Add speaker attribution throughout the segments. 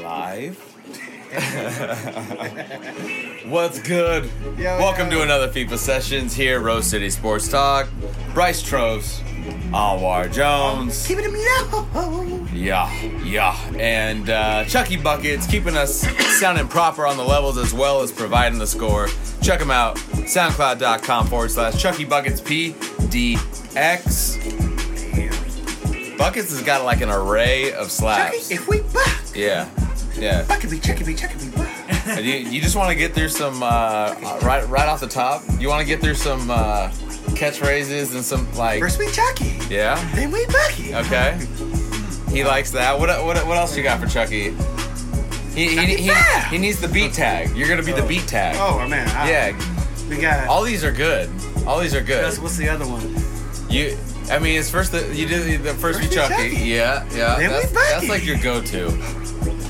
Speaker 1: live. What's good?
Speaker 2: Yo,
Speaker 1: Welcome
Speaker 2: yo.
Speaker 1: to another FIFA Sessions here, Rose City Sports Talk. Bryce Troves, Anwar Jones,
Speaker 2: Keep it low.
Speaker 1: yeah, yeah, and uh, Chucky Buckets, keeping us sounding proper on the levels as well as providing the score. Check them out, soundcloud.com forward slash Chucky Buckets PDX. Buckets has got like an array of slaps.
Speaker 2: Chucky, if we buck,
Speaker 1: Yeah, yeah.
Speaker 2: buck be, chucky be, chucky be, buck.
Speaker 1: And you, you just want to get through some uh, uh, right right off the top. You want to get through some uh, catchphrases and some like
Speaker 2: First we chucky,
Speaker 1: yeah.
Speaker 2: then we bucky.
Speaker 1: Okay, he likes that. What what, what else you got for Chucky? He, he, he, he needs the beat tag. You're gonna be the beat tag.
Speaker 2: Oh man, I,
Speaker 1: Yeah,
Speaker 2: We got.
Speaker 1: all these are good. All these are good.
Speaker 2: What's- What's the other one?
Speaker 1: You, I mean, it's first the, you do the first be
Speaker 2: First be
Speaker 1: Chucky.
Speaker 2: Chucky.
Speaker 1: Yeah, yeah.
Speaker 2: Then we
Speaker 1: That's, that's
Speaker 2: Bucky.
Speaker 1: like your go-to.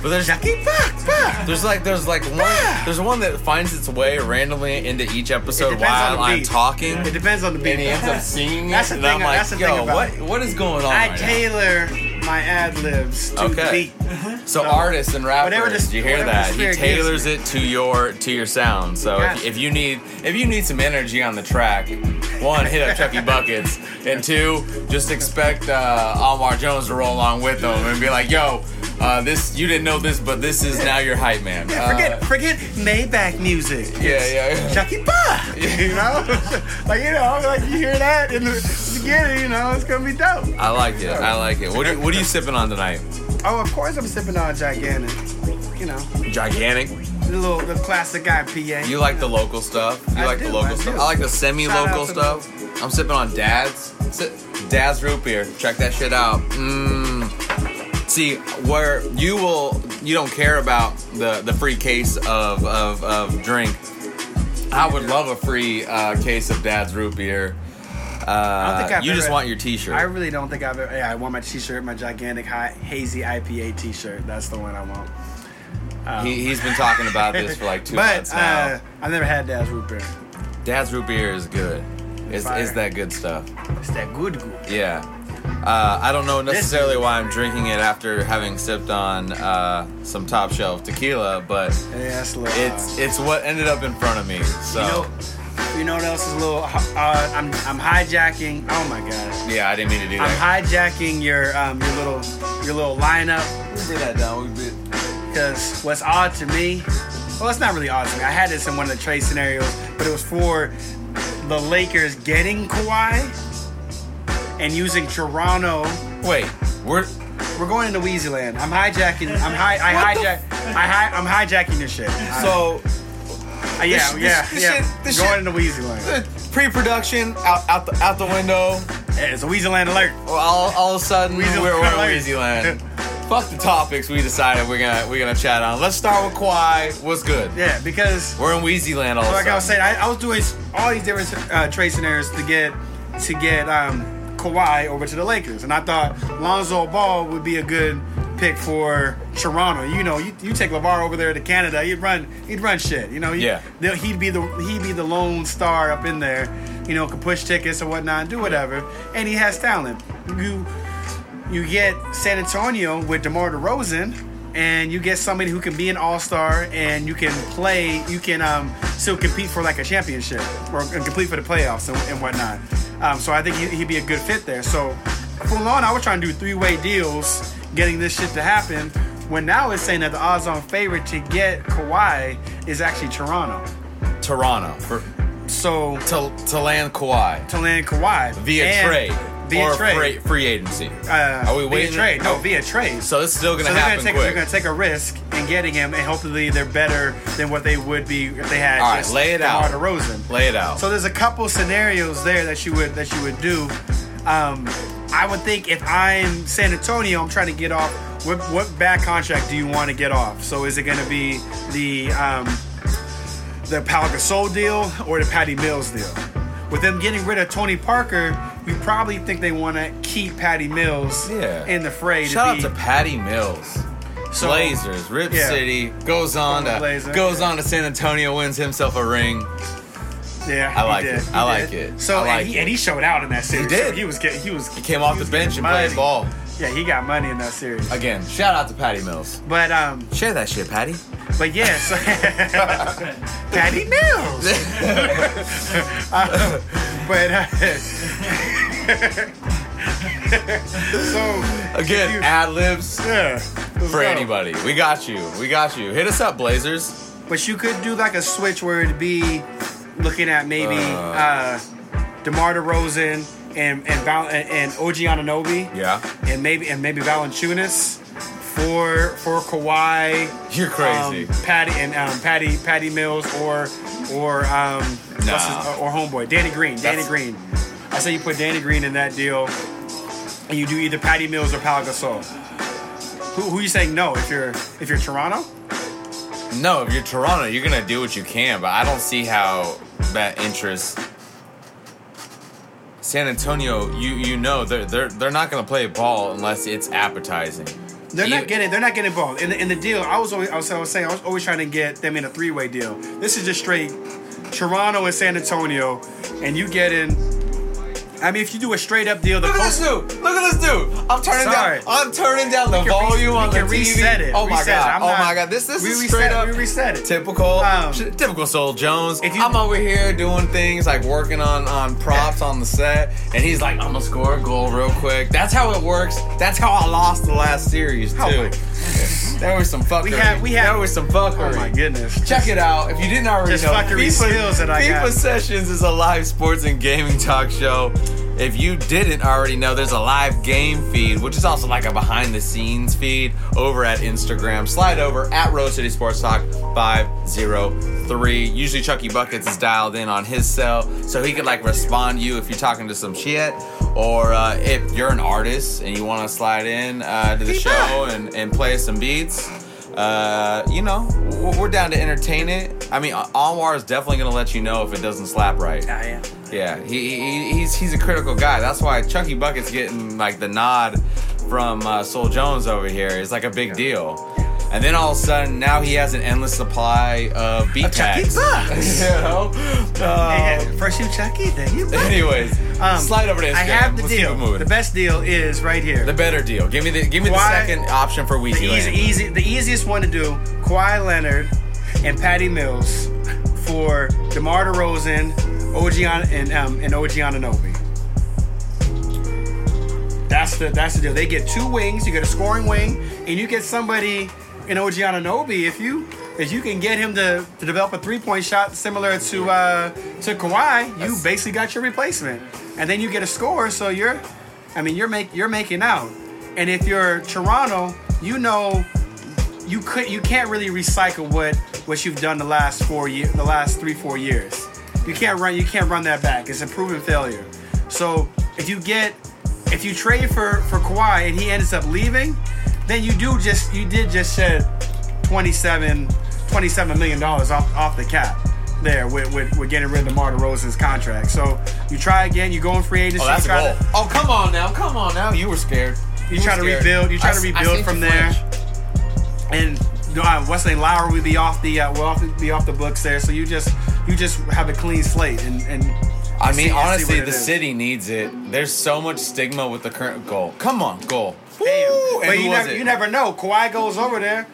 Speaker 1: But there's
Speaker 2: Chucky buck, buck.
Speaker 1: There's like there's like one there's one that finds its way randomly into each episode
Speaker 2: It depends on
Speaker 1: while
Speaker 2: the
Speaker 1: I'm
Speaker 2: beat.
Speaker 1: talking.
Speaker 2: It depends on the beat.
Speaker 1: And he ends up singing
Speaker 2: That's
Speaker 1: it,
Speaker 2: the
Speaker 1: and I'm
Speaker 2: thing-
Speaker 1: like,
Speaker 2: that's the
Speaker 1: yo,
Speaker 2: thing about
Speaker 1: what
Speaker 2: it.
Speaker 1: what is going on?
Speaker 2: I
Speaker 1: right now?"
Speaker 2: tailor my ad libs to
Speaker 1: Okay.
Speaker 2: the beat.
Speaker 1: So
Speaker 2: so
Speaker 1: artists and
Speaker 2: whatever
Speaker 1: rappers,
Speaker 2: the-
Speaker 1: you hear
Speaker 2: whatever the
Speaker 1: that? He
Speaker 2: spirit gives
Speaker 1: tailors
Speaker 2: me.
Speaker 1: it to your to your sound. So
Speaker 2: Gotcha.
Speaker 1: if, if you need if you need some energy on the track, one hit up Chucky Buckets, and two just expect uh, Almar Jones to roll along with them and be like, yo, uh, this you didn't know this, but this is now your hype man.
Speaker 2: Yeah, forget, forget Maybach music.
Speaker 1: Uh, yeah, yeah.
Speaker 2: Chucky buck. You know, like you know, like you hear that in the beginning, you know, it's gonna be dope.
Speaker 1: I like it. I like it. What are, what are you sipping on tonight?
Speaker 2: Oh, of course I'm sipping on gigantic. You know,
Speaker 1: Gigantic.
Speaker 2: the little the classic IPA.
Speaker 1: You like the local stuff. You
Speaker 2: I
Speaker 1: like the
Speaker 2: do,
Speaker 1: local
Speaker 2: I
Speaker 1: stuff.
Speaker 2: do.
Speaker 1: I like the semi-local
Speaker 2: Shout out to
Speaker 1: stuff. I'm sipping on Dad's. Si- Dad's root beer. Check that shit out. Mmm. See where you will. You don't care about the the free case of of, of drink. I would love a free uh, case of Dad's root beer. Uh,
Speaker 2: don't think I've
Speaker 1: you just
Speaker 2: ever-
Speaker 1: want your T-shirt.
Speaker 2: I really don't think I've ever. Yeah, I want my T-shirt, my gigantic high, hazy IPA T-shirt. That's the one I want.
Speaker 1: he, he's been talking about this for like two
Speaker 2: but
Speaker 1: months now.
Speaker 2: uh, I've never had Dad's root beer.
Speaker 1: Dad's root beer is good. It's,
Speaker 2: Fire.
Speaker 1: it's that good stuff.
Speaker 2: It's that good good.
Speaker 1: Yeah. Uh, I don't know necessarily why I'm drinking it after having sipped on uh, some top shelf tequila, but
Speaker 2: Yeah, that's a little.
Speaker 1: it's
Speaker 2: odd.
Speaker 1: it's what ended up in front of me. So
Speaker 2: you know, you know what else is a little odd? I'm I'm hijacking. Oh my gosh.
Speaker 1: yeah, I didn't mean to do that.
Speaker 2: I'm hijacking your um, your little your little lineup
Speaker 1: that down. We
Speaker 2: because what's odd to me, well, it's not really odd to me. I had this in one of the trade scenarios, but it was for the Lakers getting Kawhi and using Toronto.
Speaker 1: Wait, we're
Speaker 2: We're going into Wheezy Land. I'm hijacking. I'm hi. I hijack. I hi, I'm hijacking this shit. So
Speaker 1: so
Speaker 2: yeah,
Speaker 1: this-
Speaker 2: yeah,
Speaker 1: this
Speaker 2: yeah.
Speaker 1: shit- this
Speaker 2: going
Speaker 1: shit-
Speaker 2: into Wheezy Land.
Speaker 1: pre-production out out the out the window.
Speaker 2: Hey, it's a Wheezy Land alert.
Speaker 1: All, all of a sudden
Speaker 2: Weezy-
Speaker 1: we're, we're in Weezy Land. Fuck the topics we decided we're gonna we're gonna chat on. Let's start with Kawhi. What's good?
Speaker 2: Yeah, because
Speaker 1: We're in Wheezy Land all of a
Speaker 2: like I was
Speaker 1: sudden.
Speaker 2: saying, I, I was doing all these different uh, trade scenarios to get to get um, Kawhi over to the Lakers, and I thought Lonzo Ball would be a good pick for Toronto. You know, you, you take Lavar over there to Canada, he'd run he'd run shit. You know, he,
Speaker 1: Yeah.
Speaker 2: they'll- he'd be the he'd be the lone star up in there. You know, could push tickets and whatnot, and do whatever, and he has talent. You you get San Antonio with DeMar DeRozan, and you get somebody who can be an All Star, and you can play, you can um, still compete for like a championship or and compete for the playoffs and, and whatnot. Um, so I think he, he'd be a good fit there. So full on, I was trying to do three way deals, getting this shit to happen. When now it's saying that the odds-on favorite to get Kawhi is actually Toronto.
Speaker 1: Toronto for,
Speaker 2: So
Speaker 1: to, to land Kawhi
Speaker 2: to land Kawhi
Speaker 1: via
Speaker 2: and-
Speaker 1: trade
Speaker 2: via
Speaker 1: or
Speaker 2: trade.
Speaker 1: Free, free agency.
Speaker 2: Uh,
Speaker 1: Are we waiting? Oh.
Speaker 2: Via trade? No, via trade.
Speaker 1: So it's still gonna
Speaker 2: So they're
Speaker 1: happen
Speaker 2: gonna, take,
Speaker 1: quick.
Speaker 2: they're gonna take a risk in getting him, and hopefully they're better than what they would be if they had
Speaker 1: All right,
Speaker 2: just
Speaker 1: lay it
Speaker 2: DeMar
Speaker 1: out.
Speaker 2: DeRozan.
Speaker 1: Lay it out.
Speaker 2: So there's a couple scenarios there that you would that you would do. Um, I would think if I'm San Antonio, I'm trying to get off. What, what bad contract do you want to get off? So is it going to be the um, the Pau Gasol deal or the Patty Mills deal? With them getting rid of Tony Parker, we probably think they want to keep Patty Mills
Speaker 1: Yeah.
Speaker 2: in the fray.
Speaker 1: Shout out
Speaker 2: be-
Speaker 1: to Patty Mills.
Speaker 2: So-
Speaker 1: Blazers, Rip
Speaker 2: Yeah.
Speaker 1: City goes on to
Speaker 2: Blazer,
Speaker 1: goes
Speaker 2: yeah.
Speaker 1: on to San Antonio, wins himself a ring.
Speaker 2: Yeah,
Speaker 1: I
Speaker 2: he
Speaker 1: like
Speaker 2: did.
Speaker 1: it.
Speaker 2: He
Speaker 1: I like
Speaker 2: did.
Speaker 1: it.
Speaker 2: So
Speaker 1: I like
Speaker 2: and, he,
Speaker 1: it.
Speaker 2: and he showed out in that series.
Speaker 1: did.
Speaker 2: So he was getting. He was.
Speaker 1: He came off the bench and played ball.
Speaker 2: Yeah, he got money in that series.
Speaker 1: Again, shout out to Patty Mills.
Speaker 2: But um,
Speaker 1: Share that shit, Patty.
Speaker 2: but yeah, so Patty Mills. Um, but uh, so
Speaker 1: Again, ad libs
Speaker 2: yeah, let's
Speaker 1: for
Speaker 2: go.
Speaker 1: anybody. We got you. We got you. Hit us up, Blazers.
Speaker 2: But you could do like a switch where it'd be looking at maybe uh, DeMar DeRozan and and Val- and, and OG Ananobi.
Speaker 1: Yeah.
Speaker 2: And maybe and maybe Valanciunas for for Kawhi.
Speaker 1: You're crazy.
Speaker 2: Um, Patty and um, Patty Patty Mills or or um what's
Speaker 1: Nah.
Speaker 2: his- or, or homeboy Danny Green. Danny
Speaker 1: That's-
Speaker 2: Green. I say you put Danny Green in that deal, and you do either Patty Mills or Pau Gasol. Who, who you saying no if you're if you're Toronto?
Speaker 1: no, if you're Toronto, you're gonna do what you can, but I don't see how that interest. San Antonio, you you know they're they're they're not gonna play ball unless it's appetizing.
Speaker 2: They're
Speaker 1: You-
Speaker 2: not getting. They're not getting involved in the, in the deal. I was always. I was, I was saying. I was always trying to get them in a three way deal. This is just straight Toronto and San Antonio, and you get in. I mean, if you do a straight up deal, the
Speaker 1: Look at
Speaker 2: post.
Speaker 1: this dude! Look at this dude! I'm turning
Speaker 2: Sorry.
Speaker 1: down. I'm turning down the
Speaker 2: We can re-
Speaker 1: volume
Speaker 2: we
Speaker 1: on the
Speaker 2: can
Speaker 1: TV.
Speaker 2: reset it.
Speaker 1: Oh my
Speaker 2: Reset it.
Speaker 1: god!
Speaker 2: I'm
Speaker 1: oh
Speaker 2: not-
Speaker 1: my god! This this
Speaker 2: we
Speaker 1: is
Speaker 2: reset-
Speaker 1: straight up.
Speaker 2: we reset it.
Speaker 1: Typical.
Speaker 2: Um,
Speaker 1: sh- typical Soul Jones.
Speaker 2: if you-
Speaker 1: I'm over here doing things like working on on props on the set, and he's like, "I'm gonna score a goal real quick." That's how it works. That's how I lost the last series too.
Speaker 2: Oh my-
Speaker 1: there was some fuckery.
Speaker 2: had- we had-
Speaker 1: there was some fuckery.
Speaker 2: Oh my goodness!
Speaker 1: Check it out if you didn't already
Speaker 2: Just
Speaker 1: know.
Speaker 2: fuckery skills that I
Speaker 1: FIFA
Speaker 2: got.
Speaker 1: Sessions is a live sports and gaming talk show. If you didn't already know, there's a live game feed, which is also like a behind the scenes feed over at Instagram. Slide over at Rose City Sports Talk 503. Usually Chucky Buckets is dialed in on his cell, so he could like respond to you if you're talking to some shit. Or uh, if you're an artist and you want to slide in uh, to the show and, and play some beats, uh, you know, w- we're down to entertain it. I mean, Anwar is definitely gonna let you know if it doesn't slap right.
Speaker 2: I am.
Speaker 1: Yeah, he, he he's he's a critical guy. That's why Chucky Bucket's getting like the nod from uh, Soul Jones over here. It's like a big deal. And then all of a sudden, now he has an endless supply of beat
Speaker 2: Chucky
Speaker 1: packs.
Speaker 2: Bucks.
Speaker 1: you know.
Speaker 2: Hey,
Speaker 1: Um,
Speaker 2: hey, first you check it, then you. buy.
Speaker 1: anyways,
Speaker 2: Um,
Speaker 1: slide over to Instagram.
Speaker 2: I have the
Speaker 1: Let's Keep
Speaker 2: deal.
Speaker 1: it moving.
Speaker 2: The best deal is right here.
Speaker 1: The better deal. Give me the give me the
Speaker 2: Why-
Speaker 1: second option for
Speaker 2: The
Speaker 1: Weezy.
Speaker 2: easy,
Speaker 1: Land.
Speaker 2: easy, the easiest one to do: Kawhi Leonard and Patty Mills for DeMar DeRozan, OG An- and um, and OG Ananobi. That's the that's the deal. They get two wings. You get a scoring wing, and you get somebody in OG Ananobi if you if you can get him to, to develop a three point shot similar to uh, to Kawhi, you
Speaker 1: That's-
Speaker 2: basically got your replacement, and then you get a score. So you're, I mean, you're make you're making out, and if you're Toronto, you know. You could you can't really recycle what what you've done the last four year the last three four years. You can't run you can't run that back. It's a proven failure. So if you get if you trade for for Kawhi and he ends up leaving, then you do just you did just shed 27 27 million dollars off off the cap there with, with with getting rid of DeMar DeRozan's contract. So you try again, you go in free agency,
Speaker 1: Oh, that's
Speaker 2: you
Speaker 1: a
Speaker 2: try
Speaker 1: goal.
Speaker 2: to
Speaker 1: Oh, come on now, come on now. You were scared.
Speaker 2: you
Speaker 1: were
Speaker 2: try to
Speaker 1: scared.
Speaker 2: rebuild, you try
Speaker 1: I
Speaker 2: to
Speaker 1: s- I
Speaker 2: rebuild
Speaker 1: seen
Speaker 2: from
Speaker 1: you
Speaker 2: there.
Speaker 1: flinch.
Speaker 2: And you know, uh, what's name Lowry will be off the uh, will off, be off the books there. So you just you just have a clean slate and and
Speaker 1: I mean,
Speaker 2: see- see what
Speaker 1: honestly,
Speaker 2: it
Speaker 1: the
Speaker 2: is.
Speaker 1: city needs it. There's so much stigma with the current goal. Come on, goal.
Speaker 2: Damn.
Speaker 1: Woo! And
Speaker 2: but
Speaker 1: who
Speaker 2: you
Speaker 1: was
Speaker 2: never,
Speaker 1: it?
Speaker 2: you never know. Kawhi goes over there.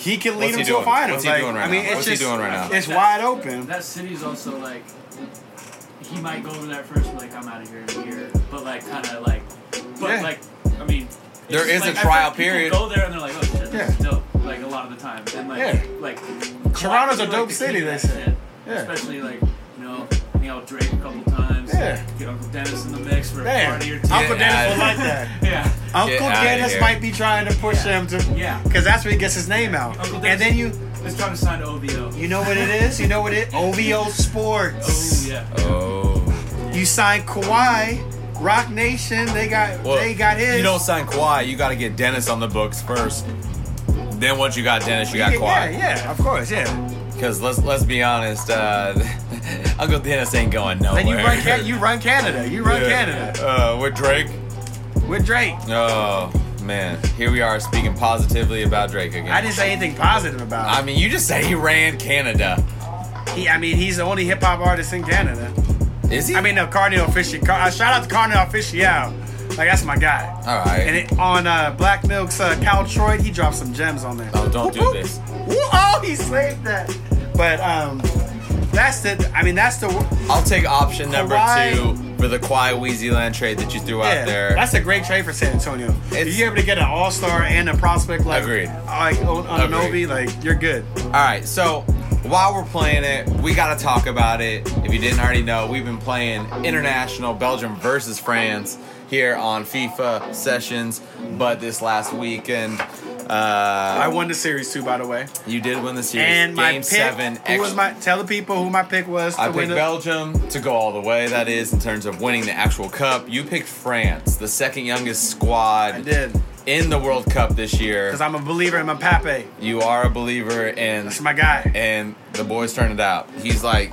Speaker 2: He can
Speaker 1: What's
Speaker 2: lead him
Speaker 1: he
Speaker 2: to a
Speaker 1: doing?
Speaker 2: final.
Speaker 1: What's he
Speaker 2: Like,
Speaker 1: doing right
Speaker 2: I mean,
Speaker 1: now?
Speaker 2: it's
Speaker 1: What's he
Speaker 2: just,
Speaker 1: doing right now?
Speaker 2: It's wide open.
Speaker 3: That city's also like, he might go over there first, and like I'm out of here in a year, but like kind of like, but
Speaker 2: Yeah.
Speaker 3: like I mean, it's
Speaker 1: There
Speaker 3: just,
Speaker 1: is a
Speaker 3: like, I
Speaker 1: trial
Speaker 3: feel like people
Speaker 1: period.
Speaker 3: Go there and they're like, oh shit, this is dope. Like a lot of the time, and like,
Speaker 2: Yeah.
Speaker 3: like
Speaker 2: Toronto's a
Speaker 3: like
Speaker 2: dope
Speaker 3: to
Speaker 2: city,
Speaker 3: keep
Speaker 2: they
Speaker 3: that
Speaker 2: say.
Speaker 3: shit.
Speaker 2: Yeah.
Speaker 3: Especially like you know, hang out with Drake a couple times.
Speaker 2: Yeah.
Speaker 3: Get Uncle Dennis in the mix for a
Speaker 2: Man,
Speaker 3: party or two.
Speaker 2: Uncle
Speaker 1: Get
Speaker 2: Dennis
Speaker 1: outta
Speaker 2: would
Speaker 1: here.
Speaker 2: like that.
Speaker 3: yeah.
Speaker 2: Uncle
Speaker 1: Get outta
Speaker 2: Dennis
Speaker 1: here.
Speaker 2: might be trying to push
Speaker 3: Yeah.
Speaker 2: him to,
Speaker 3: Yeah.
Speaker 2: because that's where he gets his name out.
Speaker 3: Uncle
Speaker 2: And
Speaker 3: Dennis-
Speaker 2: then you,
Speaker 3: Let's try to sign to OVO.
Speaker 2: you know what it is? You know what it? OVO
Speaker 3: Oh
Speaker 2: Sports.
Speaker 3: yeah.
Speaker 1: Oh.
Speaker 2: You sign Kawhi, Rock Nation. They got,
Speaker 1: Well,
Speaker 2: they got his.
Speaker 1: You don't sign Kawhi. You got to get Dennis on the books first. Then once you got Dennis, you got
Speaker 2: yeah,
Speaker 1: Kawhi.
Speaker 2: yeah, of course, yeah.
Speaker 1: Because let's let's be honest, uh, Uncle Dennis ain't going nowhere.
Speaker 2: Then you run, Ca- you run Canada. You run
Speaker 1: Yeah.
Speaker 2: Canada
Speaker 1: Uh, with Drake.
Speaker 2: with Drake.
Speaker 1: Oh man, here we are speaking positively about Drake again.
Speaker 2: I didn't say anything positive about him.
Speaker 1: I mean, you just say he ran Canada.
Speaker 2: He, I mean, he's the only hip hop artist in Canada.
Speaker 1: Is he?
Speaker 2: I mean, no, Cardinal Official. Car- uh, shout out to Cardinal Official Like that's my guy.
Speaker 1: All right.
Speaker 2: And it, on uh, Black Milk's uh, Cal Troy, he dropped some gems on there.
Speaker 1: Oh, don't do
Speaker 2: Whoop,
Speaker 1: this.
Speaker 2: whoop. Whoop, Oh, he slayed that. But um, that's the. I mean, that's the.
Speaker 1: I'll take option number
Speaker 2: Kawhi-
Speaker 1: two for the Kawhi Weezy land trade that you threw
Speaker 2: Yeah,
Speaker 1: out there.
Speaker 2: that's a great trade for San Antonio.
Speaker 1: It's-
Speaker 2: if you're able to get an All Star and a prospect like
Speaker 1: Agreed.
Speaker 2: like on Anobi,
Speaker 1: Agreed.
Speaker 2: like you're good.
Speaker 1: All right, so while we're playing it, we got to talk about it. If you didn't already know, we've been playing international Belgium versus France here on FIFA sessions, but this last weekend,
Speaker 2: I
Speaker 1: uh,
Speaker 2: won the series too, by the way.
Speaker 1: you did win the series.
Speaker 2: And
Speaker 1: Game
Speaker 2: my pick,
Speaker 1: seven.
Speaker 2: who was my? Tell the people who my pick was. To
Speaker 1: I
Speaker 2: win
Speaker 1: picked
Speaker 2: the,
Speaker 1: Belgium to go all the way. That is in terms of winning the actual cup. You picked France, the second youngest squad
Speaker 2: I did
Speaker 1: in the World Cup this year.
Speaker 2: because I'm a believer in my Pape.
Speaker 1: You are a believer in
Speaker 2: That's my guy.
Speaker 1: and the boys turned it out. He's like,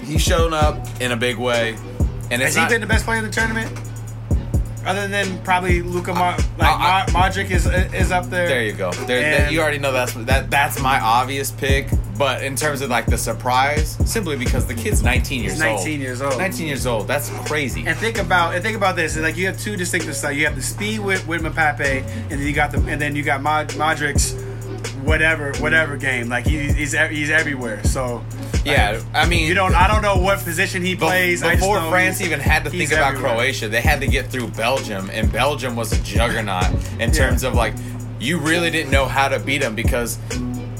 Speaker 1: he's shown up in a big way, and it's
Speaker 2: Has he
Speaker 1: not.
Speaker 2: been the best player in the tournament? Other than probably Luka, Mar- like
Speaker 1: I-
Speaker 2: Mar- Modric is is up there.
Speaker 1: there you go. There,
Speaker 2: And-
Speaker 1: that- you already know that's that. That's my obvious pick. But in terms of like the surprise, simply because the kid's 19 years
Speaker 2: He's
Speaker 1: old.
Speaker 2: 19 years old.
Speaker 1: 19 years old. That's crazy.
Speaker 2: And think about and think about this. Like you have two distinctive styles. You have the speed with with Mbappe, and then you got the and then you got Mod, Modric's whatever whatever game. Like he, he's ev- he's everywhere. So
Speaker 1: yeah, I mean,
Speaker 2: you don't. I don't know what position he
Speaker 1: Be-
Speaker 2: plays. I just
Speaker 1: Before
Speaker 2: know
Speaker 1: France
Speaker 2: he-
Speaker 1: even had to think
Speaker 2: he's
Speaker 1: about
Speaker 2: everywhere.
Speaker 1: Croatia, they had to get through Belgium, and Belgium was a juggernaut in
Speaker 2: Yeah.
Speaker 1: terms of like you really didn't know how to beat them because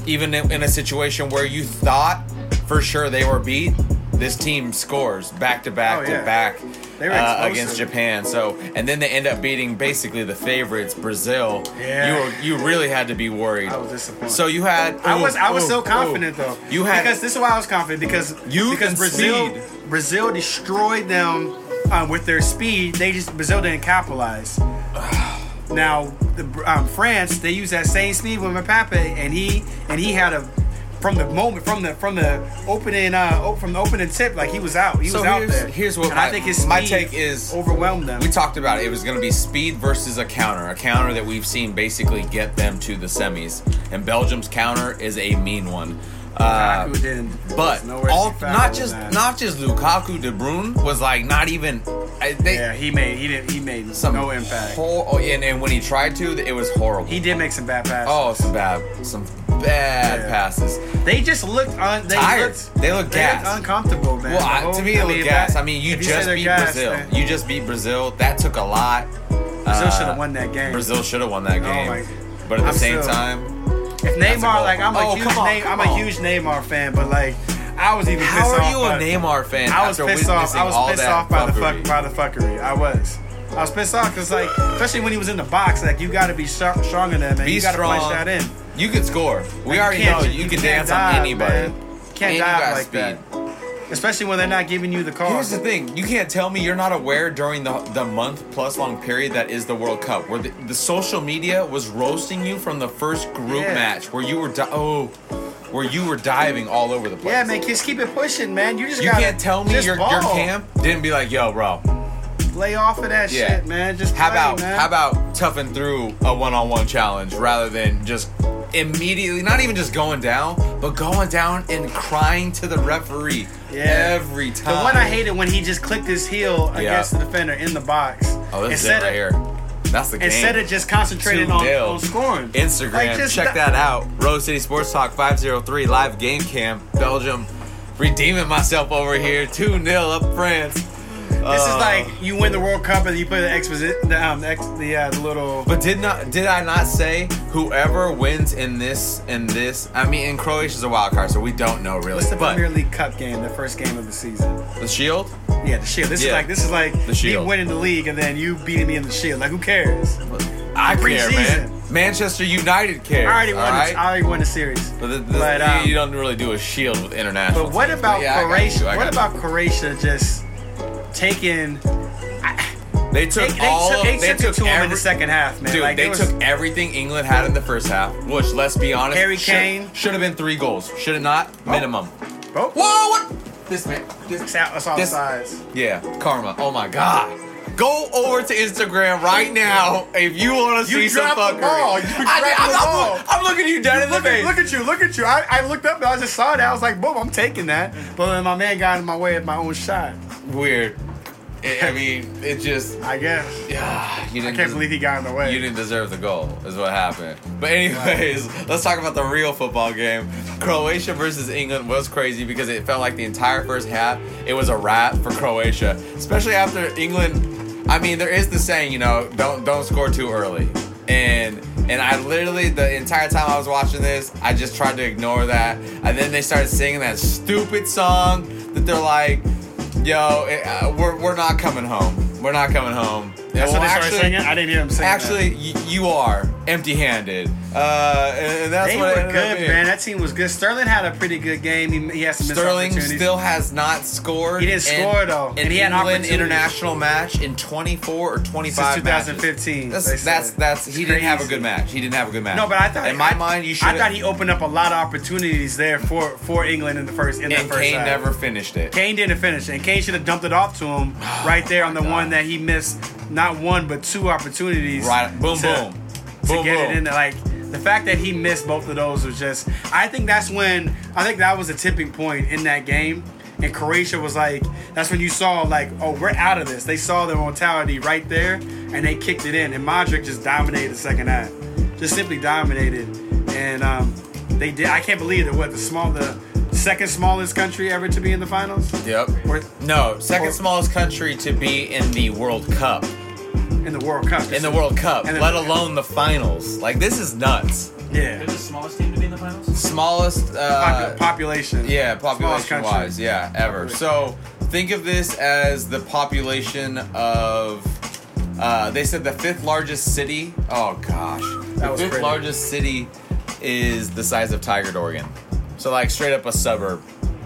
Speaker 1: even in in a situation where you thought for sure they were beat, this team scores back to back
Speaker 2: Oh,
Speaker 1: to
Speaker 2: yeah.
Speaker 1: back.
Speaker 2: They were
Speaker 1: uh,
Speaker 2: explosive.
Speaker 1: against Japan, so and then they end up beating basically the favorites, Brazil.
Speaker 2: Yeah.
Speaker 1: you were, you really had to be worried.
Speaker 2: I was disappointed.
Speaker 1: So you had
Speaker 2: I was I was
Speaker 1: ooh,
Speaker 2: so
Speaker 1: ooh,
Speaker 2: confident
Speaker 1: ooh.
Speaker 2: though.
Speaker 1: You had
Speaker 2: because this is why I was confident because
Speaker 1: You
Speaker 2: because Brazil
Speaker 1: concede.
Speaker 2: Brazil destroyed them um, with their speed. They just Brazil didn't capitalize. now the, um, France they used that same speed with Mbappe and he and he had a from the moment from the from the opening uh op- from the opening tip like he was out he
Speaker 1: So
Speaker 2: was out
Speaker 1: here's-
Speaker 2: there.
Speaker 1: here's what
Speaker 2: and I
Speaker 1: my-
Speaker 2: think his
Speaker 1: my
Speaker 2: speed
Speaker 1: take is-
Speaker 2: overwhelmed them.
Speaker 1: We talked about it. It was going to be speed versus a counter, a counter that we've seen basically get them to the semis. And Belgium's counter is a mean one. Uh,
Speaker 2: Lukaku didn't-
Speaker 1: but
Speaker 2: was nowhere to
Speaker 1: all
Speaker 2: be found
Speaker 1: not
Speaker 2: in
Speaker 1: just
Speaker 2: that.
Speaker 1: not just Lukaku, De Bruyne was like not even. I, they,
Speaker 2: yeah he made he didn't he made
Speaker 1: some
Speaker 2: no impact.
Speaker 1: hor- oh, and, and when he tried to, it was horrible.
Speaker 2: he did make some bad passes.
Speaker 1: oh, some bad, some bad
Speaker 2: Yeah.
Speaker 1: passes.
Speaker 2: They just looked un- they
Speaker 1: Tired.
Speaker 2: Looked,
Speaker 1: They looked gassed.
Speaker 2: uncomfortable, man.
Speaker 1: Well,
Speaker 2: The
Speaker 1: I,
Speaker 2: whole-
Speaker 1: to me, it was
Speaker 2: if
Speaker 1: gas.
Speaker 2: that-
Speaker 1: I mean, you
Speaker 2: if
Speaker 1: just
Speaker 2: say they're
Speaker 1: beat
Speaker 2: gassed,
Speaker 1: Brazil.
Speaker 2: man,
Speaker 1: You just beat Brazil. That took a lot.
Speaker 2: Brazil shoulda won that game.
Speaker 1: Uh, Brazil should have won that
Speaker 2: Oh
Speaker 1: game.
Speaker 2: my-
Speaker 1: but at the
Speaker 2: I'm
Speaker 1: same
Speaker 2: still-
Speaker 1: time,
Speaker 2: if Neymar,
Speaker 1: goal.
Speaker 2: like, I'm a
Speaker 1: Oh,
Speaker 2: huge,
Speaker 1: come on,
Speaker 2: Ney- I'm
Speaker 1: come
Speaker 2: a
Speaker 1: on.
Speaker 2: huge Neymar fan, but like, I was even
Speaker 1: how
Speaker 2: pissed
Speaker 1: are
Speaker 2: off
Speaker 1: you
Speaker 2: by
Speaker 1: a
Speaker 2: the-
Speaker 1: Neymar fan?
Speaker 2: I was
Speaker 1: after
Speaker 2: pissed off.
Speaker 1: witnessing
Speaker 2: I was
Speaker 1: all
Speaker 2: pissed
Speaker 1: that
Speaker 2: off by the fuck
Speaker 1: fuckery?
Speaker 2: by the fuckery. I was. I was pissed off because like, especially when he was in the box, like you got to be sharp, stronger than that, man.
Speaker 1: Be
Speaker 2: you got to
Speaker 1: strong.
Speaker 2: punch that in.
Speaker 1: You could score. We
Speaker 2: Like,
Speaker 1: already
Speaker 2: can't
Speaker 1: know
Speaker 2: ju-
Speaker 1: you, can
Speaker 2: can't
Speaker 1: dance on
Speaker 2: dive,
Speaker 1: anybody.
Speaker 2: man. You
Speaker 1: And
Speaker 2: Can't
Speaker 1: you
Speaker 2: dive
Speaker 1: got
Speaker 2: like that, especially when they're not giving you the call.
Speaker 1: Here's the thing: you can't tell me you're not aware during the the month plus long period that is the World Cup, where the, the social media was roasting you from the first group
Speaker 2: Yeah.
Speaker 1: match, where you were di- oh, where you were diving all over the place.
Speaker 2: Yeah, man, just keep it pushing, man. You just
Speaker 1: You
Speaker 2: gotta,
Speaker 1: can't tell me your
Speaker 2: just
Speaker 1: your
Speaker 2: ball.
Speaker 1: camp didn't be like, yo, bro.
Speaker 2: Lay off of that
Speaker 1: Yeah.
Speaker 2: shit, man. Just
Speaker 1: How
Speaker 2: play,
Speaker 1: about
Speaker 2: man.
Speaker 1: how about toughing through a one-on-one challenge rather than just immediately, not even just going down, but going down and crying to the referee
Speaker 2: Yeah.
Speaker 1: every
Speaker 2: The
Speaker 1: time.
Speaker 2: one I hated when he just clicked his heel against the defender in the box.
Speaker 1: Oh, this
Speaker 2: Instead
Speaker 1: is it right
Speaker 2: of-
Speaker 1: here. That's the game.
Speaker 2: Instead of just concentrating on,
Speaker 1: 2-0.
Speaker 2: on scoring.
Speaker 1: Instagram,
Speaker 2: Like, just
Speaker 1: check
Speaker 2: not-
Speaker 1: that out. Rose City Sports Talk 503 live game cam, Belgium. Redeeming myself over here. 2 0 up France. Uh,
Speaker 2: This is like you win the World Cup and you play the exposit, the, um, ex, the, uh, the little.
Speaker 1: But did not did I not say whoever wins in this in this I mean in Croatia's a wild card, so we don't know really.
Speaker 2: What's the
Speaker 1: but
Speaker 2: Premier League Cup game, the first game of the season?
Speaker 1: the Shield,
Speaker 2: Yeah, the Shield. This
Speaker 1: Yeah.
Speaker 2: is like this is like
Speaker 1: The Shield.
Speaker 2: me winning the league and then you beating me in the Shield. Like who cares?
Speaker 1: I care, man.
Speaker 2: Preseason.
Speaker 1: Manchester United cares.
Speaker 2: I already won.
Speaker 1: all
Speaker 2: The,
Speaker 1: right?
Speaker 2: I already won the series.
Speaker 1: but the, the,
Speaker 2: But, um,
Speaker 1: you, you don't really do a Shield with international.
Speaker 2: But what
Speaker 1: teams.
Speaker 2: about
Speaker 1: yeah, I got
Speaker 2: Croatia?
Speaker 1: you, I got
Speaker 2: What about Croatia just taking?
Speaker 1: you. they
Speaker 2: They,
Speaker 1: took
Speaker 2: they
Speaker 1: all
Speaker 2: took,
Speaker 1: of,
Speaker 2: they took it to him in
Speaker 1: every-
Speaker 2: the second half, man.
Speaker 1: Dude,
Speaker 2: like,
Speaker 1: they
Speaker 2: it was-
Speaker 1: took everything England had in the first half, which let's be honest,
Speaker 2: Harry Kane.
Speaker 1: should have been three goals. Should have not minimum.
Speaker 2: Oh,
Speaker 1: Whoa! What? This man. This
Speaker 2: It's out- it's all
Speaker 1: This-
Speaker 2: sides.
Speaker 1: Yeah, karma. Oh my god. Go over to Instagram right now if you want to
Speaker 2: You
Speaker 1: see some
Speaker 2: dropped
Speaker 1: fuckery.
Speaker 2: the ball. You
Speaker 1: I did-
Speaker 2: dropped
Speaker 1: I'm,
Speaker 2: the
Speaker 1: I'm
Speaker 2: ball.
Speaker 1: look- I'm looking you dead in the
Speaker 2: Look at,
Speaker 1: face.
Speaker 2: look at you, look at you. I, I looked up and I just saw that. I was like, boom, I'm taking that. But then my man got in my way of my own shot,
Speaker 1: Weird. I I mean, it just.
Speaker 2: I guess.
Speaker 1: You
Speaker 2: I
Speaker 1: didn't
Speaker 2: can't believe he got in the way.
Speaker 1: You didn't deserve the goal, is what happened. But anyways, let's talk about the real football game. Croatia versus England was crazy because it felt like the entire first half it was a wrap for Croatia, especially after England. I mean, there is the saying, you know, don't don't score too early. And and I literally the entire time I was watching this, I just tried to ignore that. And then they started singing that stupid song that they're like, "Yo, it, uh, we're we're not coming home. We're not coming home."
Speaker 2: That's
Speaker 1: Well,
Speaker 2: what they started
Speaker 1: actually-
Speaker 2: singing. I didn't hear him sing. that.
Speaker 1: Actually, y- you are empty-handed. Uh, and, and that's
Speaker 2: they
Speaker 1: what it
Speaker 2: were
Speaker 1: ended up
Speaker 2: good,
Speaker 1: being.
Speaker 2: man. That team was good. Sterling had a pretty good game. He, he had some missed
Speaker 1: Sterling
Speaker 2: opportunities.
Speaker 1: still has not scored.
Speaker 2: He didn't
Speaker 1: in
Speaker 2: score, though.
Speaker 1: An
Speaker 2: And he had
Speaker 1: England
Speaker 2: opportunities.
Speaker 1: international match in 24 or 25
Speaker 2: Since
Speaker 1: matches.
Speaker 2: 2015, they
Speaker 1: That's
Speaker 2: said.
Speaker 1: that's, that's he
Speaker 2: It's
Speaker 1: didn't have a
Speaker 2: crazy.
Speaker 1: good match. He didn't have a good match.
Speaker 2: No, but I thought
Speaker 1: in my
Speaker 2: I-
Speaker 1: mind you should.
Speaker 2: I thought he opened up a lot of opportunities there for for England in the first in
Speaker 1: and
Speaker 2: the first
Speaker 1: Kane
Speaker 2: half.
Speaker 1: never finished it.
Speaker 2: Kane didn't finish, and Kane should have dumped it off to him right
Speaker 1: Oh
Speaker 2: there on the one that he missed. Not one, but two opportunities.
Speaker 1: Right, boom,
Speaker 2: to-
Speaker 1: boom,
Speaker 2: to
Speaker 1: boom,
Speaker 2: get
Speaker 1: boom.
Speaker 2: it in there. Like the fact that he missed both of those was just. I think that's when I think that was a tipping point in that game, and Croatia was like, that's when you saw like, oh, we're out of this. They saw their mortality right there, and they kicked it in, and Modric just dominated the second half, just simply dominated, and um, they did. I can't believe it. What the small the. Second smallest country ever to be in the finals
Speaker 1: Yep.
Speaker 2: Or-
Speaker 1: No, second
Speaker 2: or-
Speaker 1: smallest country to be in the World Cup.
Speaker 2: in the World Cup.
Speaker 1: In the World Cup,
Speaker 2: And then-
Speaker 1: let alone the finals. Like this is nuts.
Speaker 3: They're
Speaker 2: Yeah.
Speaker 3: the smallest team to be in the finals.
Speaker 1: Smallest uh,
Speaker 2: Popu- population.
Speaker 1: Yeah,
Speaker 2: Smallest
Speaker 1: population
Speaker 2: country.
Speaker 1: wise, yeah, ever. So think of this as the population of. Uh, they said the fifth largest city. Oh gosh, the
Speaker 2: was
Speaker 1: fifth
Speaker 2: pretty.
Speaker 1: largest city is the size of Tigard, Oregon. So like straight up a suburb.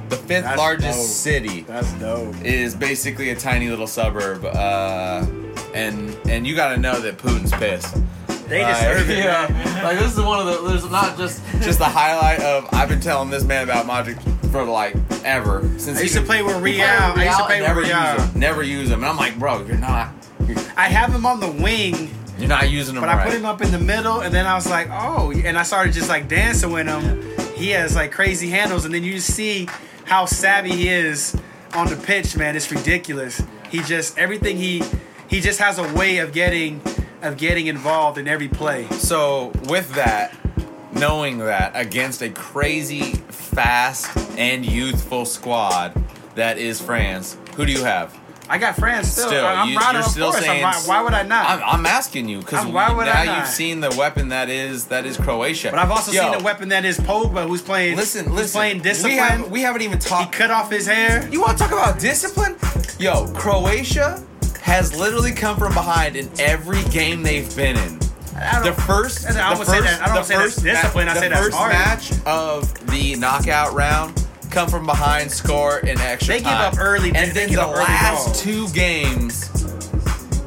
Speaker 1: The fifth
Speaker 2: That's
Speaker 1: largest
Speaker 2: dope.
Speaker 1: city
Speaker 2: That's dope.
Speaker 1: is basically a tiny little suburb. Uh, and and you got to know that Putin's pissed.
Speaker 2: They deserve it.
Speaker 1: Yeah.
Speaker 2: man.
Speaker 1: Like this is one of the there's not just just the highlight of I've been telling this man about Modric for like ever since
Speaker 2: I used
Speaker 1: he-
Speaker 2: to play with
Speaker 1: he
Speaker 2: Real.
Speaker 1: played
Speaker 2: I used to play
Speaker 1: and
Speaker 2: with
Speaker 1: never
Speaker 2: Real.
Speaker 1: Use him, never use him. And I'm like, bro, you're not you're,
Speaker 2: I have him on the wing,
Speaker 1: you're not using him
Speaker 2: but
Speaker 1: right.
Speaker 2: I put him up in the middle, and then I was like, oh, and I started just like dancing with him. He has like crazy handles, and then you just see how savvy he is on the pitch, man. It's ridiculous. He just everything he he just has a way of getting of getting involved in every play.
Speaker 1: So with that, knowing that against a crazy, fast, and youthful squad that is France, who do you have?
Speaker 2: I got friends still.
Speaker 1: Still,
Speaker 2: I'm
Speaker 1: you,
Speaker 2: riding
Speaker 1: you're
Speaker 2: of
Speaker 1: still
Speaker 2: course.
Speaker 1: saying.
Speaker 2: I'm riding- why would I not?
Speaker 1: I'm, I'm asking you because
Speaker 2: I'm- why would
Speaker 1: now
Speaker 2: I not?
Speaker 1: you've seen the weapon that is that is Croatia.
Speaker 2: But I've also
Speaker 1: Yo,
Speaker 2: seen a weapon that is Pogba, who's playing.
Speaker 1: Listen,
Speaker 2: who's
Speaker 1: listen.
Speaker 2: playing discipline.
Speaker 1: We, have, we haven't even
Speaker 2: he
Speaker 1: talked.
Speaker 2: cut off his hair.
Speaker 1: you want to talk about discipline? Yo, Croatia has literally come from behind in every game they've been in.
Speaker 2: I
Speaker 1: The
Speaker 2: don't-
Speaker 1: first,
Speaker 2: I
Speaker 1: the
Speaker 2: don't
Speaker 1: first,
Speaker 2: say that- I don't
Speaker 1: the
Speaker 2: say that's
Speaker 1: first
Speaker 2: discipline, I
Speaker 1: the
Speaker 2: say that's
Speaker 1: first
Speaker 2: hard.
Speaker 1: match of the knockout round. Come from behind, score in extra
Speaker 2: They give
Speaker 1: time.
Speaker 2: up early,
Speaker 1: and
Speaker 2: they- they
Speaker 1: then
Speaker 2: give
Speaker 1: the
Speaker 2: up early
Speaker 1: last
Speaker 2: balls.
Speaker 1: two games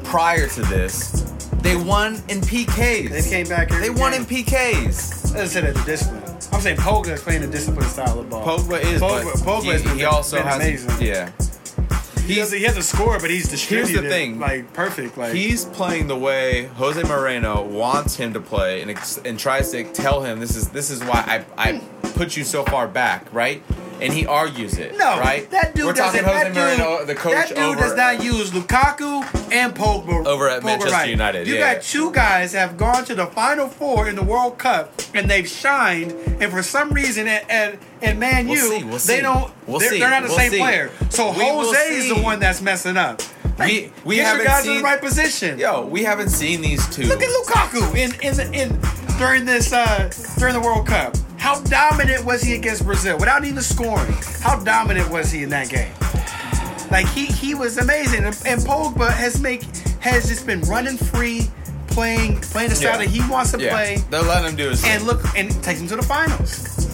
Speaker 1: prior to this, they won in PKs.
Speaker 2: They came back. every
Speaker 1: They won
Speaker 2: game.
Speaker 1: in PKs.
Speaker 2: I didn't say that the discipline. I'm saying Pogba is playing the discipline style of ball.
Speaker 1: Pogba is.
Speaker 2: Pogba,
Speaker 1: but
Speaker 2: Pogba
Speaker 1: he,
Speaker 2: has been,
Speaker 1: he also
Speaker 2: been
Speaker 1: has.
Speaker 2: amazing.
Speaker 1: Yeah.
Speaker 2: he, has, he has a score, but he's distributed.
Speaker 1: thing.
Speaker 2: like perfect. Like
Speaker 1: He's playing the way Jose Moreno wants him to play, and ex- and tries to tell him this is this is why I I put you so far back, right? And he argues it.
Speaker 2: no
Speaker 1: right?
Speaker 2: That dude
Speaker 1: We're talking
Speaker 2: doesn't.
Speaker 1: Jose
Speaker 2: that
Speaker 1: Moreno,
Speaker 2: dude,
Speaker 1: the coach.
Speaker 2: That dude
Speaker 1: over,
Speaker 2: does not use Lukaku and Pogba
Speaker 1: Over at
Speaker 2: Pogba
Speaker 1: Manchester
Speaker 2: right.
Speaker 1: United,
Speaker 2: You
Speaker 1: yeah.
Speaker 2: got two guys have gone to the Final Four in the World Cup, and they've shined. And for some reason, at at, at Man
Speaker 1: We'll
Speaker 2: U,
Speaker 1: see, we'll
Speaker 2: they
Speaker 1: see.
Speaker 2: don't.
Speaker 1: We'll
Speaker 2: they're,
Speaker 1: see,
Speaker 2: they're not the
Speaker 1: we'll
Speaker 2: same
Speaker 1: see.
Speaker 2: player. So
Speaker 1: We will
Speaker 2: Jose is the
Speaker 1: see.
Speaker 2: one that's messing up. Like,
Speaker 1: We- we
Speaker 2: get your
Speaker 1: haven't
Speaker 2: guys in
Speaker 1: seen-
Speaker 2: the right position.
Speaker 1: Yo, we haven't seen these two.
Speaker 2: Look at Lukaku in in the, in during this uh during the World Cup. How dominant was he against Brazil without even scoring? How dominant was he in that game? Like he he was amazing. And, and Pogba has make has just been running free, playing playing the style
Speaker 1: Yeah.
Speaker 2: that he wants to
Speaker 1: yeah,
Speaker 2: play,
Speaker 1: they're letting him do his
Speaker 2: and look and it takes him to the finals.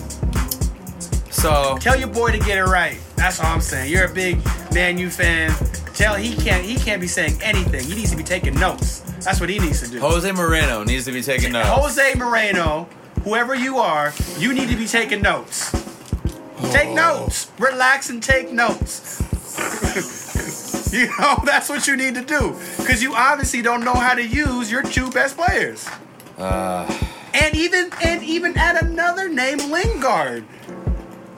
Speaker 1: so.
Speaker 2: Tell your boy to get it right. That's all I'm saying. You're a big Man U fan. Tell he can't he can't be saying anything. He needs to be taking notes. That's what he needs to do.
Speaker 1: Jose Moreno needs to be taking notes.
Speaker 2: Jose Moreno, whoever you are, you need to be taking notes. Take
Speaker 1: Oh.
Speaker 2: notes. Relax and take notes. you know, that's what you need to do. Because you obviously don't know how to use your two best players.
Speaker 1: Uh.
Speaker 2: and even and even add another name, Lingard.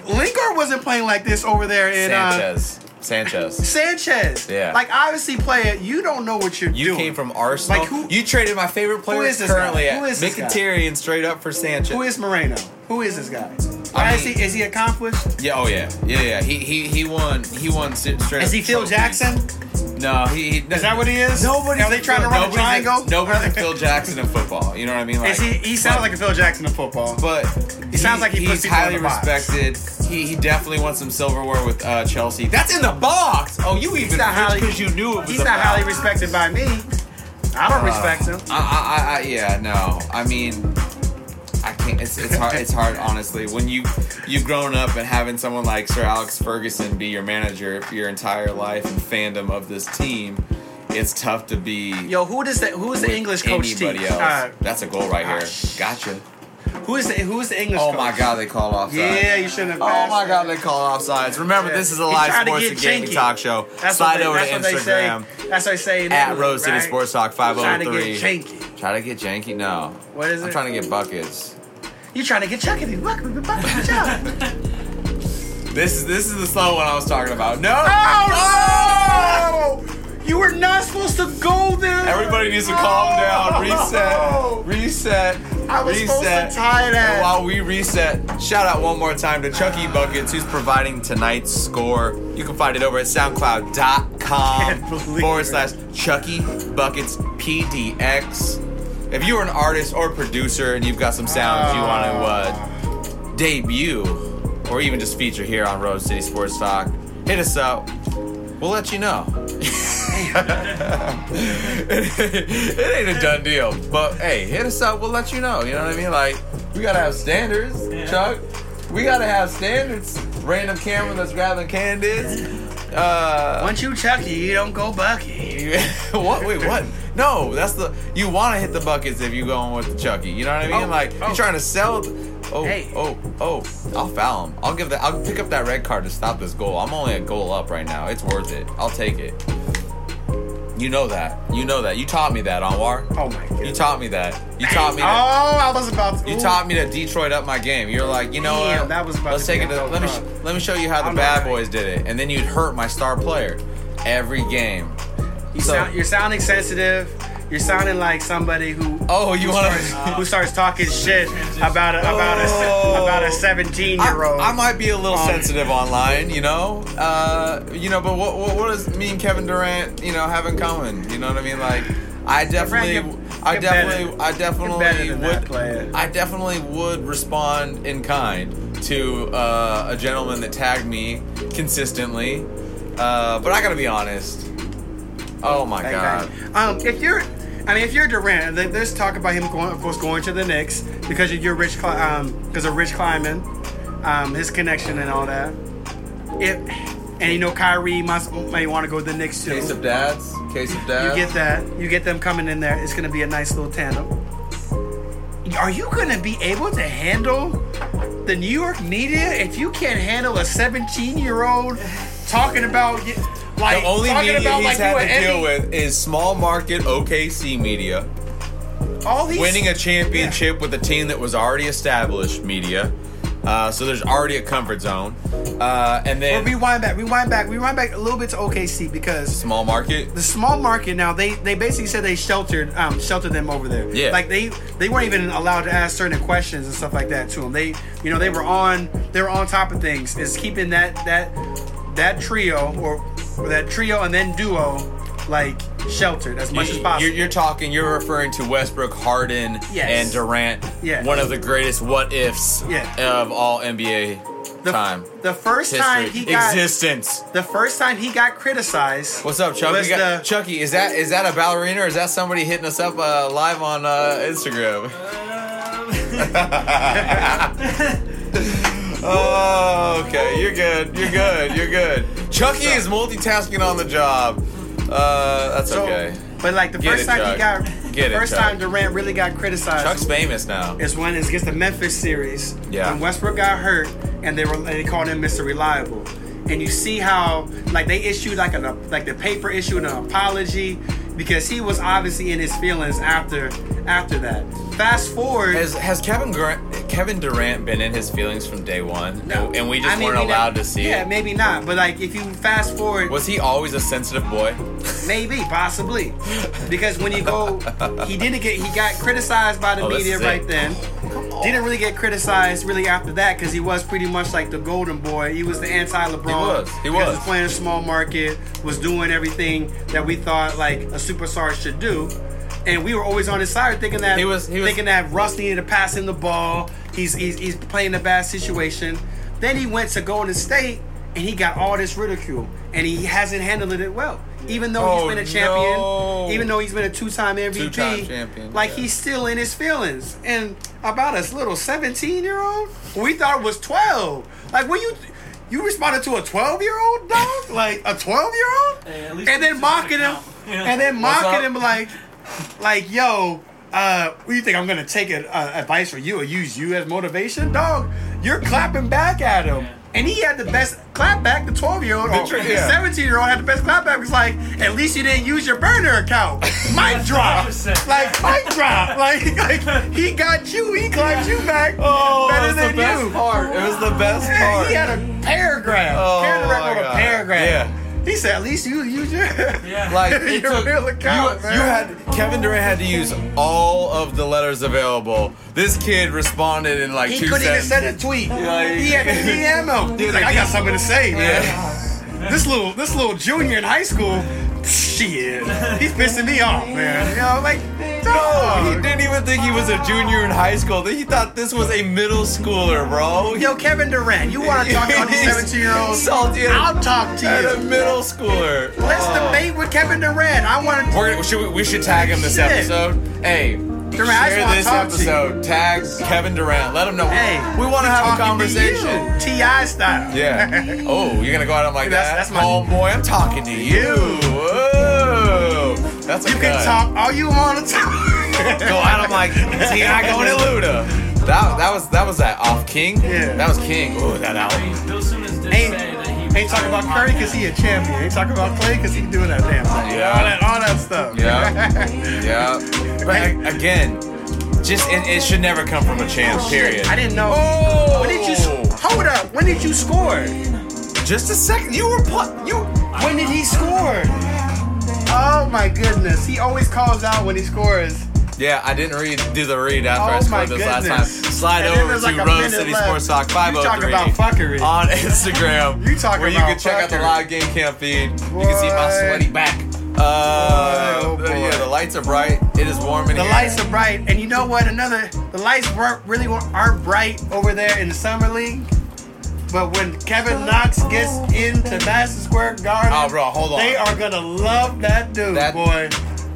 Speaker 2: Lingard wasn't playing like this over there in uh,
Speaker 1: Sanchez. Sanchez.
Speaker 2: Sanchez.
Speaker 1: Yeah.
Speaker 2: Like obviously, player, you don't know what you're
Speaker 1: You
Speaker 2: doing.
Speaker 1: came from Arsenal.
Speaker 2: Like, who-
Speaker 1: you traded my favorite player
Speaker 2: is this
Speaker 1: currently
Speaker 2: guy?
Speaker 1: at
Speaker 2: Who is this guy?
Speaker 1: Mkhitaryan straight up for Sanchez.
Speaker 2: Who is Moreno? Who is this guy?
Speaker 1: I
Speaker 2: Why is
Speaker 1: mean-
Speaker 2: he is he accomplished?
Speaker 1: yeah, oh yeah, yeah, yeah. He he he won. He won si- straight.
Speaker 2: Is
Speaker 1: up
Speaker 2: he Phil
Speaker 1: trophies.
Speaker 2: Jackson?
Speaker 1: No, he, he
Speaker 2: Is that what he is? Nobody. Are they trying to run a
Speaker 1: nobody's
Speaker 2: triangle?
Speaker 1: nobody's a Phil Jackson in football. You know what I mean? Like,
Speaker 2: Is he? He sounds like a Phil Jackson in football.
Speaker 1: But he
Speaker 2: sounds like he puts
Speaker 1: he's
Speaker 2: people in
Speaker 1: highly
Speaker 2: the box.
Speaker 1: respected. He, he definitely won some silverware with uh, Chelsea. That's in the box. Oh, you even
Speaker 2: not highly-
Speaker 1: because you knew it was
Speaker 2: He's
Speaker 1: a
Speaker 2: not
Speaker 1: box.
Speaker 2: highly respected by me. I
Speaker 1: Uh,
Speaker 2: don't respect him.
Speaker 1: I, I, I, I, yeah, no. I mean, I can't. It's, it's hard. It's hard, honestly. When you you've grown up and having someone like Sir Alex Ferguson be your manager for your entire life and fandom of this team, it's tough to be.
Speaker 2: Yo, who does that? Who is the
Speaker 1: with
Speaker 2: English coach?
Speaker 1: Anybody
Speaker 2: teach?
Speaker 1: else?
Speaker 2: Uh,
Speaker 1: That's a goal right here.
Speaker 2: gosh.
Speaker 1: Gotcha.
Speaker 2: who is the Who is the English?
Speaker 1: Oh
Speaker 2: coach?
Speaker 1: my God, they call offside.
Speaker 2: Yeah, you shouldn't have.
Speaker 1: Oh
Speaker 2: passed
Speaker 1: my
Speaker 2: that.
Speaker 1: God, they call offsides. Remember,
Speaker 2: Yeah.
Speaker 1: this is a
Speaker 2: He
Speaker 1: live
Speaker 2: tried to
Speaker 1: sports
Speaker 2: get
Speaker 1: and gaming
Speaker 2: janky.
Speaker 1: talk show.
Speaker 2: That's what
Speaker 1: Slide
Speaker 2: they-
Speaker 1: over to
Speaker 2: that's what they say-
Speaker 1: Instagram
Speaker 2: That's what they say in
Speaker 1: at
Speaker 2: Italy,
Speaker 1: Rose City
Speaker 2: right?
Speaker 1: Sports Talk
Speaker 2: Trying to
Speaker 1: 503.
Speaker 2: get janky.
Speaker 1: Try to get janky? No.
Speaker 2: What is
Speaker 1: I'm
Speaker 2: it?
Speaker 1: trying to get buckets.
Speaker 2: You trying to get chucky? Look, we've been bumping each other.
Speaker 1: This is this is the slow one I was talking about. No.
Speaker 2: Oh no! You were not supposed to go there. Oh.
Speaker 1: Everybody needs to calm down, reset, reset,
Speaker 2: I was supposed to
Speaker 1: reset.
Speaker 2: tie that.
Speaker 1: And while we reset, shout out one more time to Chucky Buckets, who's providing tonight's score. You can find it over at
Speaker 2: Can't
Speaker 1: soundcloud.com
Speaker 2: believe
Speaker 1: forward
Speaker 2: it.
Speaker 1: slash Chucky Buckets PDX. If you're an artist or producer and you've got some sounds you want to uh, debut or even just feature here on Road City Sports Talk, hit us up. We'll let you know. it ain't a done deal, but hey, hit us up. We'll let you know. You know what I mean? Like we gotta have standards,
Speaker 3: Yeah.
Speaker 1: Chuck. We gotta have standards. Random camera that's grabbing candids. Uh,
Speaker 2: Once you Chucky, you don't go Bucky.
Speaker 1: you- what? Wait, what? No, that's the. You want to hit the buckets if you going with the Chucky. You know what I mean?
Speaker 2: Oh,
Speaker 1: like
Speaker 2: oh.
Speaker 1: you're trying to sell. th- oh,
Speaker 2: Hey.
Speaker 1: oh, oh! I'll foul him. I'll give that. I'll pick up that red card to stop this goal. I'm only a goal up right now. It's worth it. I'll take it. You know that. You know that. You taught me that, Anwar.
Speaker 2: Oh my
Speaker 1: You
Speaker 2: god.
Speaker 1: taught me that. You taught me.
Speaker 2: Oh,
Speaker 1: That.
Speaker 2: I was about to.
Speaker 1: You
Speaker 2: ooh.
Speaker 1: taught me to Detroit up my game. You're like, you know
Speaker 2: Oh. Damn,
Speaker 1: what?
Speaker 2: that was about
Speaker 1: Let's
Speaker 2: to be
Speaker 1: take it.
Speaker 2: a
Speaker 1: To,
Speaker 2: dope
Speaker 1: let me
Speaker 2: run.
Speaker 1: sh- let me show you how the
Speaker 2: I'm
Speaker 1: bad
Speaker 2: alright.
Speaker 1: boys did it, and then you'd hurt my star player every game.
Speaker 2: You
Speaker 1: So-
Speaker 2: sound, you're sounding sensitive. You're sounding like somebody who
Speaker 1: Oh, you want to?
Speaker 2: who starts talking shit about a about a se-
Speaker 1: Oh.
Speaker 2: about a 17
Speaker 1: I,
Speaker 2: year old.
Speaker 1: I might be a little
Speaker 2: Um,
Speaker 1: sensitive online, you know. Uh, you know, but what, what what does me and Kevin Durant, you know, have in common? You know what I mean? Like, I definitely,
Speaker 2: get-
Speaker 1: I
Speaker 2: get
Speaker 1: definitely,
Speaker 2: better.
Speaker 1: I
Speaker 2: better
Speaker 1: definitely
Speaker 2: than that, player.
Speaker 1: would, I definitely would respond in kind to uh, a gentleman that tagged me consistently. Uh, but I gotta be honest. Oh my
Speaker 2: Bang,
Speaker 1: god.
Speaker 2: bang. Um, if you're, I mean, if you're Durant, th- there's talk about him going, of course, going to the Knicks because of your rich, Cli- um, because of Rich Kleiman, um, his connection and all that. If and you know Kyrie must may want to go to the Knicks too.
Speaker 1: Case of dads. Case of
Speaker 2: You
Speaker 1: dads.
Speaker 2: get that. You get them coming in there. It's gonna be a nice little tandem. Are you gonna be able to handle the New York media if you can't handle a 17 year old talking about y- like
Speaker 1: the only
Speaker 2: talking
Speaker 1: media
Speaker 2: about
Speaker 1: he's
Speaker 2: like
Speaker 1: had
Speaker 2: you
Speaker 1: to
Speaker 2: an
Speaker 1: deal
Speaker 2: NBA
Speaker 1: with is small market OKC media.
Speaker 2: All these
Speaker 1: winning a championship with a team that was already established media. Uh, so there's already a comfort zone. Uh, and
Speaker 2: But
Speaker 1: then
Speaker 2: rewind back, rewind back, rewind back a little bit to OKC because
Speaker 1: small market.
Speaker 2: the small market now they they basically said they sheltered um sheltered them over there.
Speaker 1: Yeah.
Speaker 2: Like they they weren't even allowed to ask certain questions and stuff like that to them. They you know they were on they were on top of things. Is keeping that that that trio or, or that trio and then duo like sheltered as much as possible.
Speaker 1: You're, you're talking, you're referring to Westbrook, Harden,
Speaker 2: Yes.
Speaker 1: and Durant.
Speaker 2: Yes.
Speaker 1: One of the greatest what ifs
Speaker 2: Yeah.
Speaker 1: of all NBA
Speaker 2: the,
Speaker 1: time.
Speaker 2: the first time he
Speaker 1: History.
Speaker 2: got
Speaker 1: Existence.
Speaker 2: the first time he got criticized.
Speaker 1: What's up, Chuck?
Speaker 2: was
Speaker 1: We got-
Speaker 2: the-
Speaker 1: Chucky, is that is that a ballerina or is that somebody hitting us up uh, live on uh, Instagram?
Speaker 3: Um,
Speaker 2: Um,
Speaker 1: Oh, okay. You're good. You're good. You're good. Chucky is multitasking on the job. Uh, that's
Speaker 2: So,
Speaker 1: okay.
Speaker 2: But like the
Speaker 1: Get
Speaker 2: first
Speaker 1: it,
Speaker 2: time
Speaker 1: Chuck.
Speaker 2: he got,
Speaker 1: Get it,
Speaker 2: the first
Speaker 1: Chuck.
Speaker 2: time Durant really got criticized
Speaker 1: Chuck's famous now.
Speaker 2: is when it's against the Memphis series.
Speaker 1: Yeah.
Speaker 2: When Westbrook got hurt and they were and they called him Mr. Reliable. And you see how like they issued like an like the paper issued an apology because he was obviously in his feelings after after that. Fast forward.
Speaker 1: Has has Kevin Grant, Kevin Durant been in his feelings from day one?
Speaker 2: No.
Speaker 1: And- and we just
Speaker 2: I mean,
Speaker 1: weren't
Speaker 2: you know,
Speaker 1: allowed to see
Speaker 2: Yeah,
Speaker 1: it.
Speaker 2: maybe not. But like, if you fast forward,
Speaker 1: Was he always a sensitive boy?
Speaker 2: maybe, possibly, because when you go, he didn't get. He got criticized by the
Speaker 1: Oh, that's
Speaker 2: media
Speaker 1: sick.
Speaker 2: right then. Didn't really get criticized really after that because he was pretty much like the golden boy. He was the anti LeBron.
Speaker 1: was. He was.
Speaker 2: playing a small market. Was doing everything that we thought like a superstar should do. And we were always on his side, thinking that
Speaker 1: He was- he was-
Speaker 2: thinking that Russ needed to pass him the ball. He's, he's he's playing a bad situation. Then he went to Golden State and he got all this ridicule, and he hasn't handled it well. Even though
Speaker 1: Oh,
Speaker 2: he's been a champion,
Speaker 1: no.
Speaker 2: even though he's been a two-time MVP,
Speaker 1: Two-time champion,
Speaker 2: like
Speaker 1: yeah.
Speaker 2: he's still in his feelings. And about us little seventeen-year-old, we thought it was twelve. Like when you you responded to a twelve-year-old dog, like a twelve-year-old,
Speaker 3: Hey, at least
Speaker 2: and then
Speaker 3: it's
Speaker 2: mocking him,
Speaker 3: account. Yeah.
Speaker 2: and then
Speaker 1: What's
Speaker 2: mocking
Speaker 1: up?
Speaker 2: him like, like yo. Uh, what you think I'm gonna take a, a advice from you or use you as motivation, dog? You're clapping back at him,
Speaker 3: Yeah.
Speaker 2: and he had the best clap back. The 12 year old or
Speaker 1: Picture-
Speaker 2: the
Speaker 1: yeah.
Speaker 2: 17 year old had the best clap back. He's like, at least you didn't use your burner account. Mic drop.
Speaker 3: 100%.
Speaker 2: like mic drop. Like like he got you. He clapped you back
Speaker 1: Oh,
Speaker 2: better than you.
Speaker 1: part. It was the best
Speaker 2: Yeah,
Speaker 1: part.
Speaker 2: he had a paragraph.
Speaker 1: Oh,
Speaker 2: paragraph
Speaker 1: my
Speaker 2: on a
Speaker 1: God.
Speaker 2: paragraph.
Speaker 1: Yeah.
Speaker 2: He said, at least you use your.
Speaker 3: Yeah.
Speaker 1: like it
Speaker 2: Your
Speaker 1: took,
Speaker 2: real account,
Speaker 1: you,
Speaker 2: man.
Speaker 1: you had Kevin Durant had to use all of the letters available. This kid responded in like
Speaker 2: He
Speaker 1: 2
Speaker 2: couldn't even
Speaker 1: seconds.
Speaker 2: send a tweet.
Speaker 1: Like-
Speaker 2: he had to DM him. He's like, I got something to say, man. This little this little junior in high school, shit. He's pissing me off, man. You know, like,
Speaker 1: No, he
Speaker 2: dog.
Speaker 1: didn't even think he was a junior in high school. He thought this was a middle schooler, bro. He
Speaker 2: Yo, Kevin Durant, you want to talk to all these 17 year olds?
Speaker 1: Salty at a-
Speaker 2: I'll talk to
Speaker 1: at a
Speaker 2: you.
Speaker 1: middle schooler.
Speaker 2: Let's
Speaker 1: Oh.
Speaker 2: debate with Kevin Durant. I want to.
Speaker 1: We're, gonna- should we, we should tag him this
Speaker 2: Shit.
Speaker 1: episode. Hey,
Speaker 2: I just
Speaker 1: share
Speaker 2: wanna
Speaker 1: this
Speaker 2: talk to you.
Speaker 1: episode. Tag Kevin Durant. Let him know.
Speaker 2: Hey,
Speaker 1: we want to have a
Speaker 2: talking to you,
Speaker 1: conversation.
Speaker 2: Ti style.
Speaker 1: Yeah. Oh, you're gonna go out on like
Speaker 2: That's-
Speaker 1: that?
Speaker 2: that's my-
Speaker 1: oh boy, I'm talking to you. Whoa. That's a
Speaker 2: You can
Speaker 1: cut.
Speaker 2: talk all you want to talk.
Speaker 1: Go out on like T I going to Luda. That, that was that was that off King.
Speaker 2: Yeah.
Speaker 1: That was King. Ooh, that
Speaker 3: I
Speaker 1: album.
Speaker 3: mean, Bill Simmons did
Speaker 2: Ain't-
Speaker 3: say that he was
Speaker 2: Ain't talking about Curry because he a champion. Ain't talking about Clay because he doing that damn thing.
Speaker 1: Yeah.
Speaker 2: All that, all that stuff.
Speaker 1: Yeah. Yeah. But a- again, just it, it should never come from a chance. Period.
Speaker 2: I didn't know.
Speaker 1: Oh.
Speaker 2: When did you s- hold up? When did you score?
Speaker 1: Just a second. You were pl- you.
Speaker 2: When did he score? Oh my goodness! He always calls out when he scores.
Speaker 1: Yeah, I didn't read do the read after
Speaker 2: Oh
Speaker 1: I scored
Speaker 2: my
Speaker 1: this last time.
Speaker 2: goodness.
Speaker 1: Slide
Speaker 2: And then
Speaker 1: over
Speaker 2: there's
Speaker 1: to
Speaker 2: like a
Speaker 1: Rose
Speaker 2: minute
Speaker 1: City
Speaker 2: left.
Speaker 1: Sports Talk
Speaker 2: You talking
Speaker 1: 503
Speaker 2: about fuckery.
Speaker 1: on Instagram.
Speaker 2: You talking
Speaker 1: where you
Speaker 2: about
Speaker 1: can check out the
Speaker 2: fuckery.
Speaker 1: live game cam feed. You can see my
Speaker 2: Boy.
Speaker 1: sweaty back. Uh,
Speaker 2: Boy, oh
Speaker 1: the- yeah,
Speaker 2: boy.
Speaker 1: the lights are bright. It is warm in
Speaker 2: The
Speaker 1: here.
Speaker 2: lights are bright, and you know what? Another the lights weren't really weren't- aren't bright over there in the summer league. But when Kevin Knox gets into Madison Square Garden,
Speaker 1: Oh, bro, hold on.
Speaker 2: they are gonna love that dude,
Speaker 1: That-
Speaker 2: boy.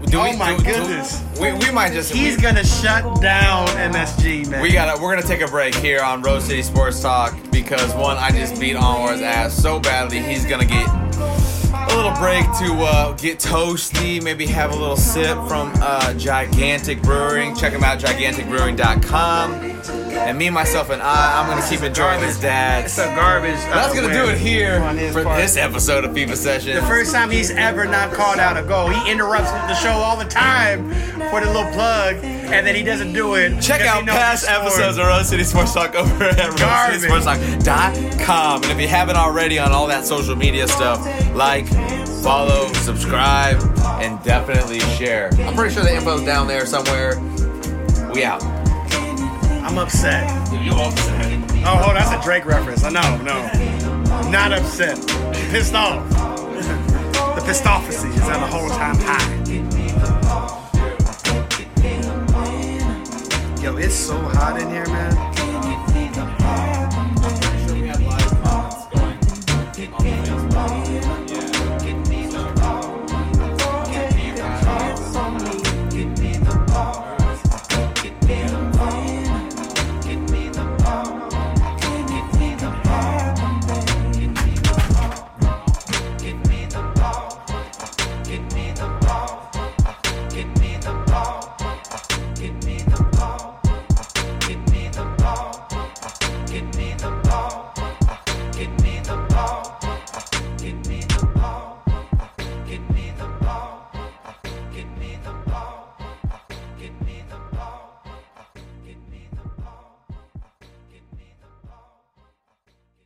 Speaker 1: Do
Speaker 2: oh my goodness.
Speaker 1: we, we might just.
Speaker 2: He's
Speaker 1: we,
Speaker 2: gonna shut down MSG, man.
Speaker 1: we gotta. We're gonna take a break here on Rose City Sports Talk because one, I just beat Onwar's ass so badly. He's gonna get a little break to uh, get toasty, maybe have a little sip from uh, Gigantic Brewing. Check them out, giganticbrewing.com. And me, myself, and I, I'm gonna keep enjoying this, Dad.
Speaker 2: It's a garbage.
Speaker 1: That's gonna do it here
Speaker 2: on his
Speaker 1: for
Speaker 2: part.
Speaker 1: this episode of FIFA Sessions.
Speaker 2: The first time he's ever not called out a goal. He interrupts the show all the time for the little plug, and then he doesn't do it.
Speaker 1: Check
Speaker 2: because he
Speaker 1: out
Speaker 2: knows
Speaker 1: past
Speaker 2: he scored.
Speaker 1: episodes of Rose City Sports Talk over at RoseCitySportsTalk.com. And if you haven't already on all that social media stuff, like, follow, subscribe, and definitely share. I'm pretty sure the info's down there somewhere. We out.
Speaker 2: I'm upset. Oh, hold on. That's a Drake reference. I know. No. Not upset. Pissed off. The pistophacy is at a whole time high.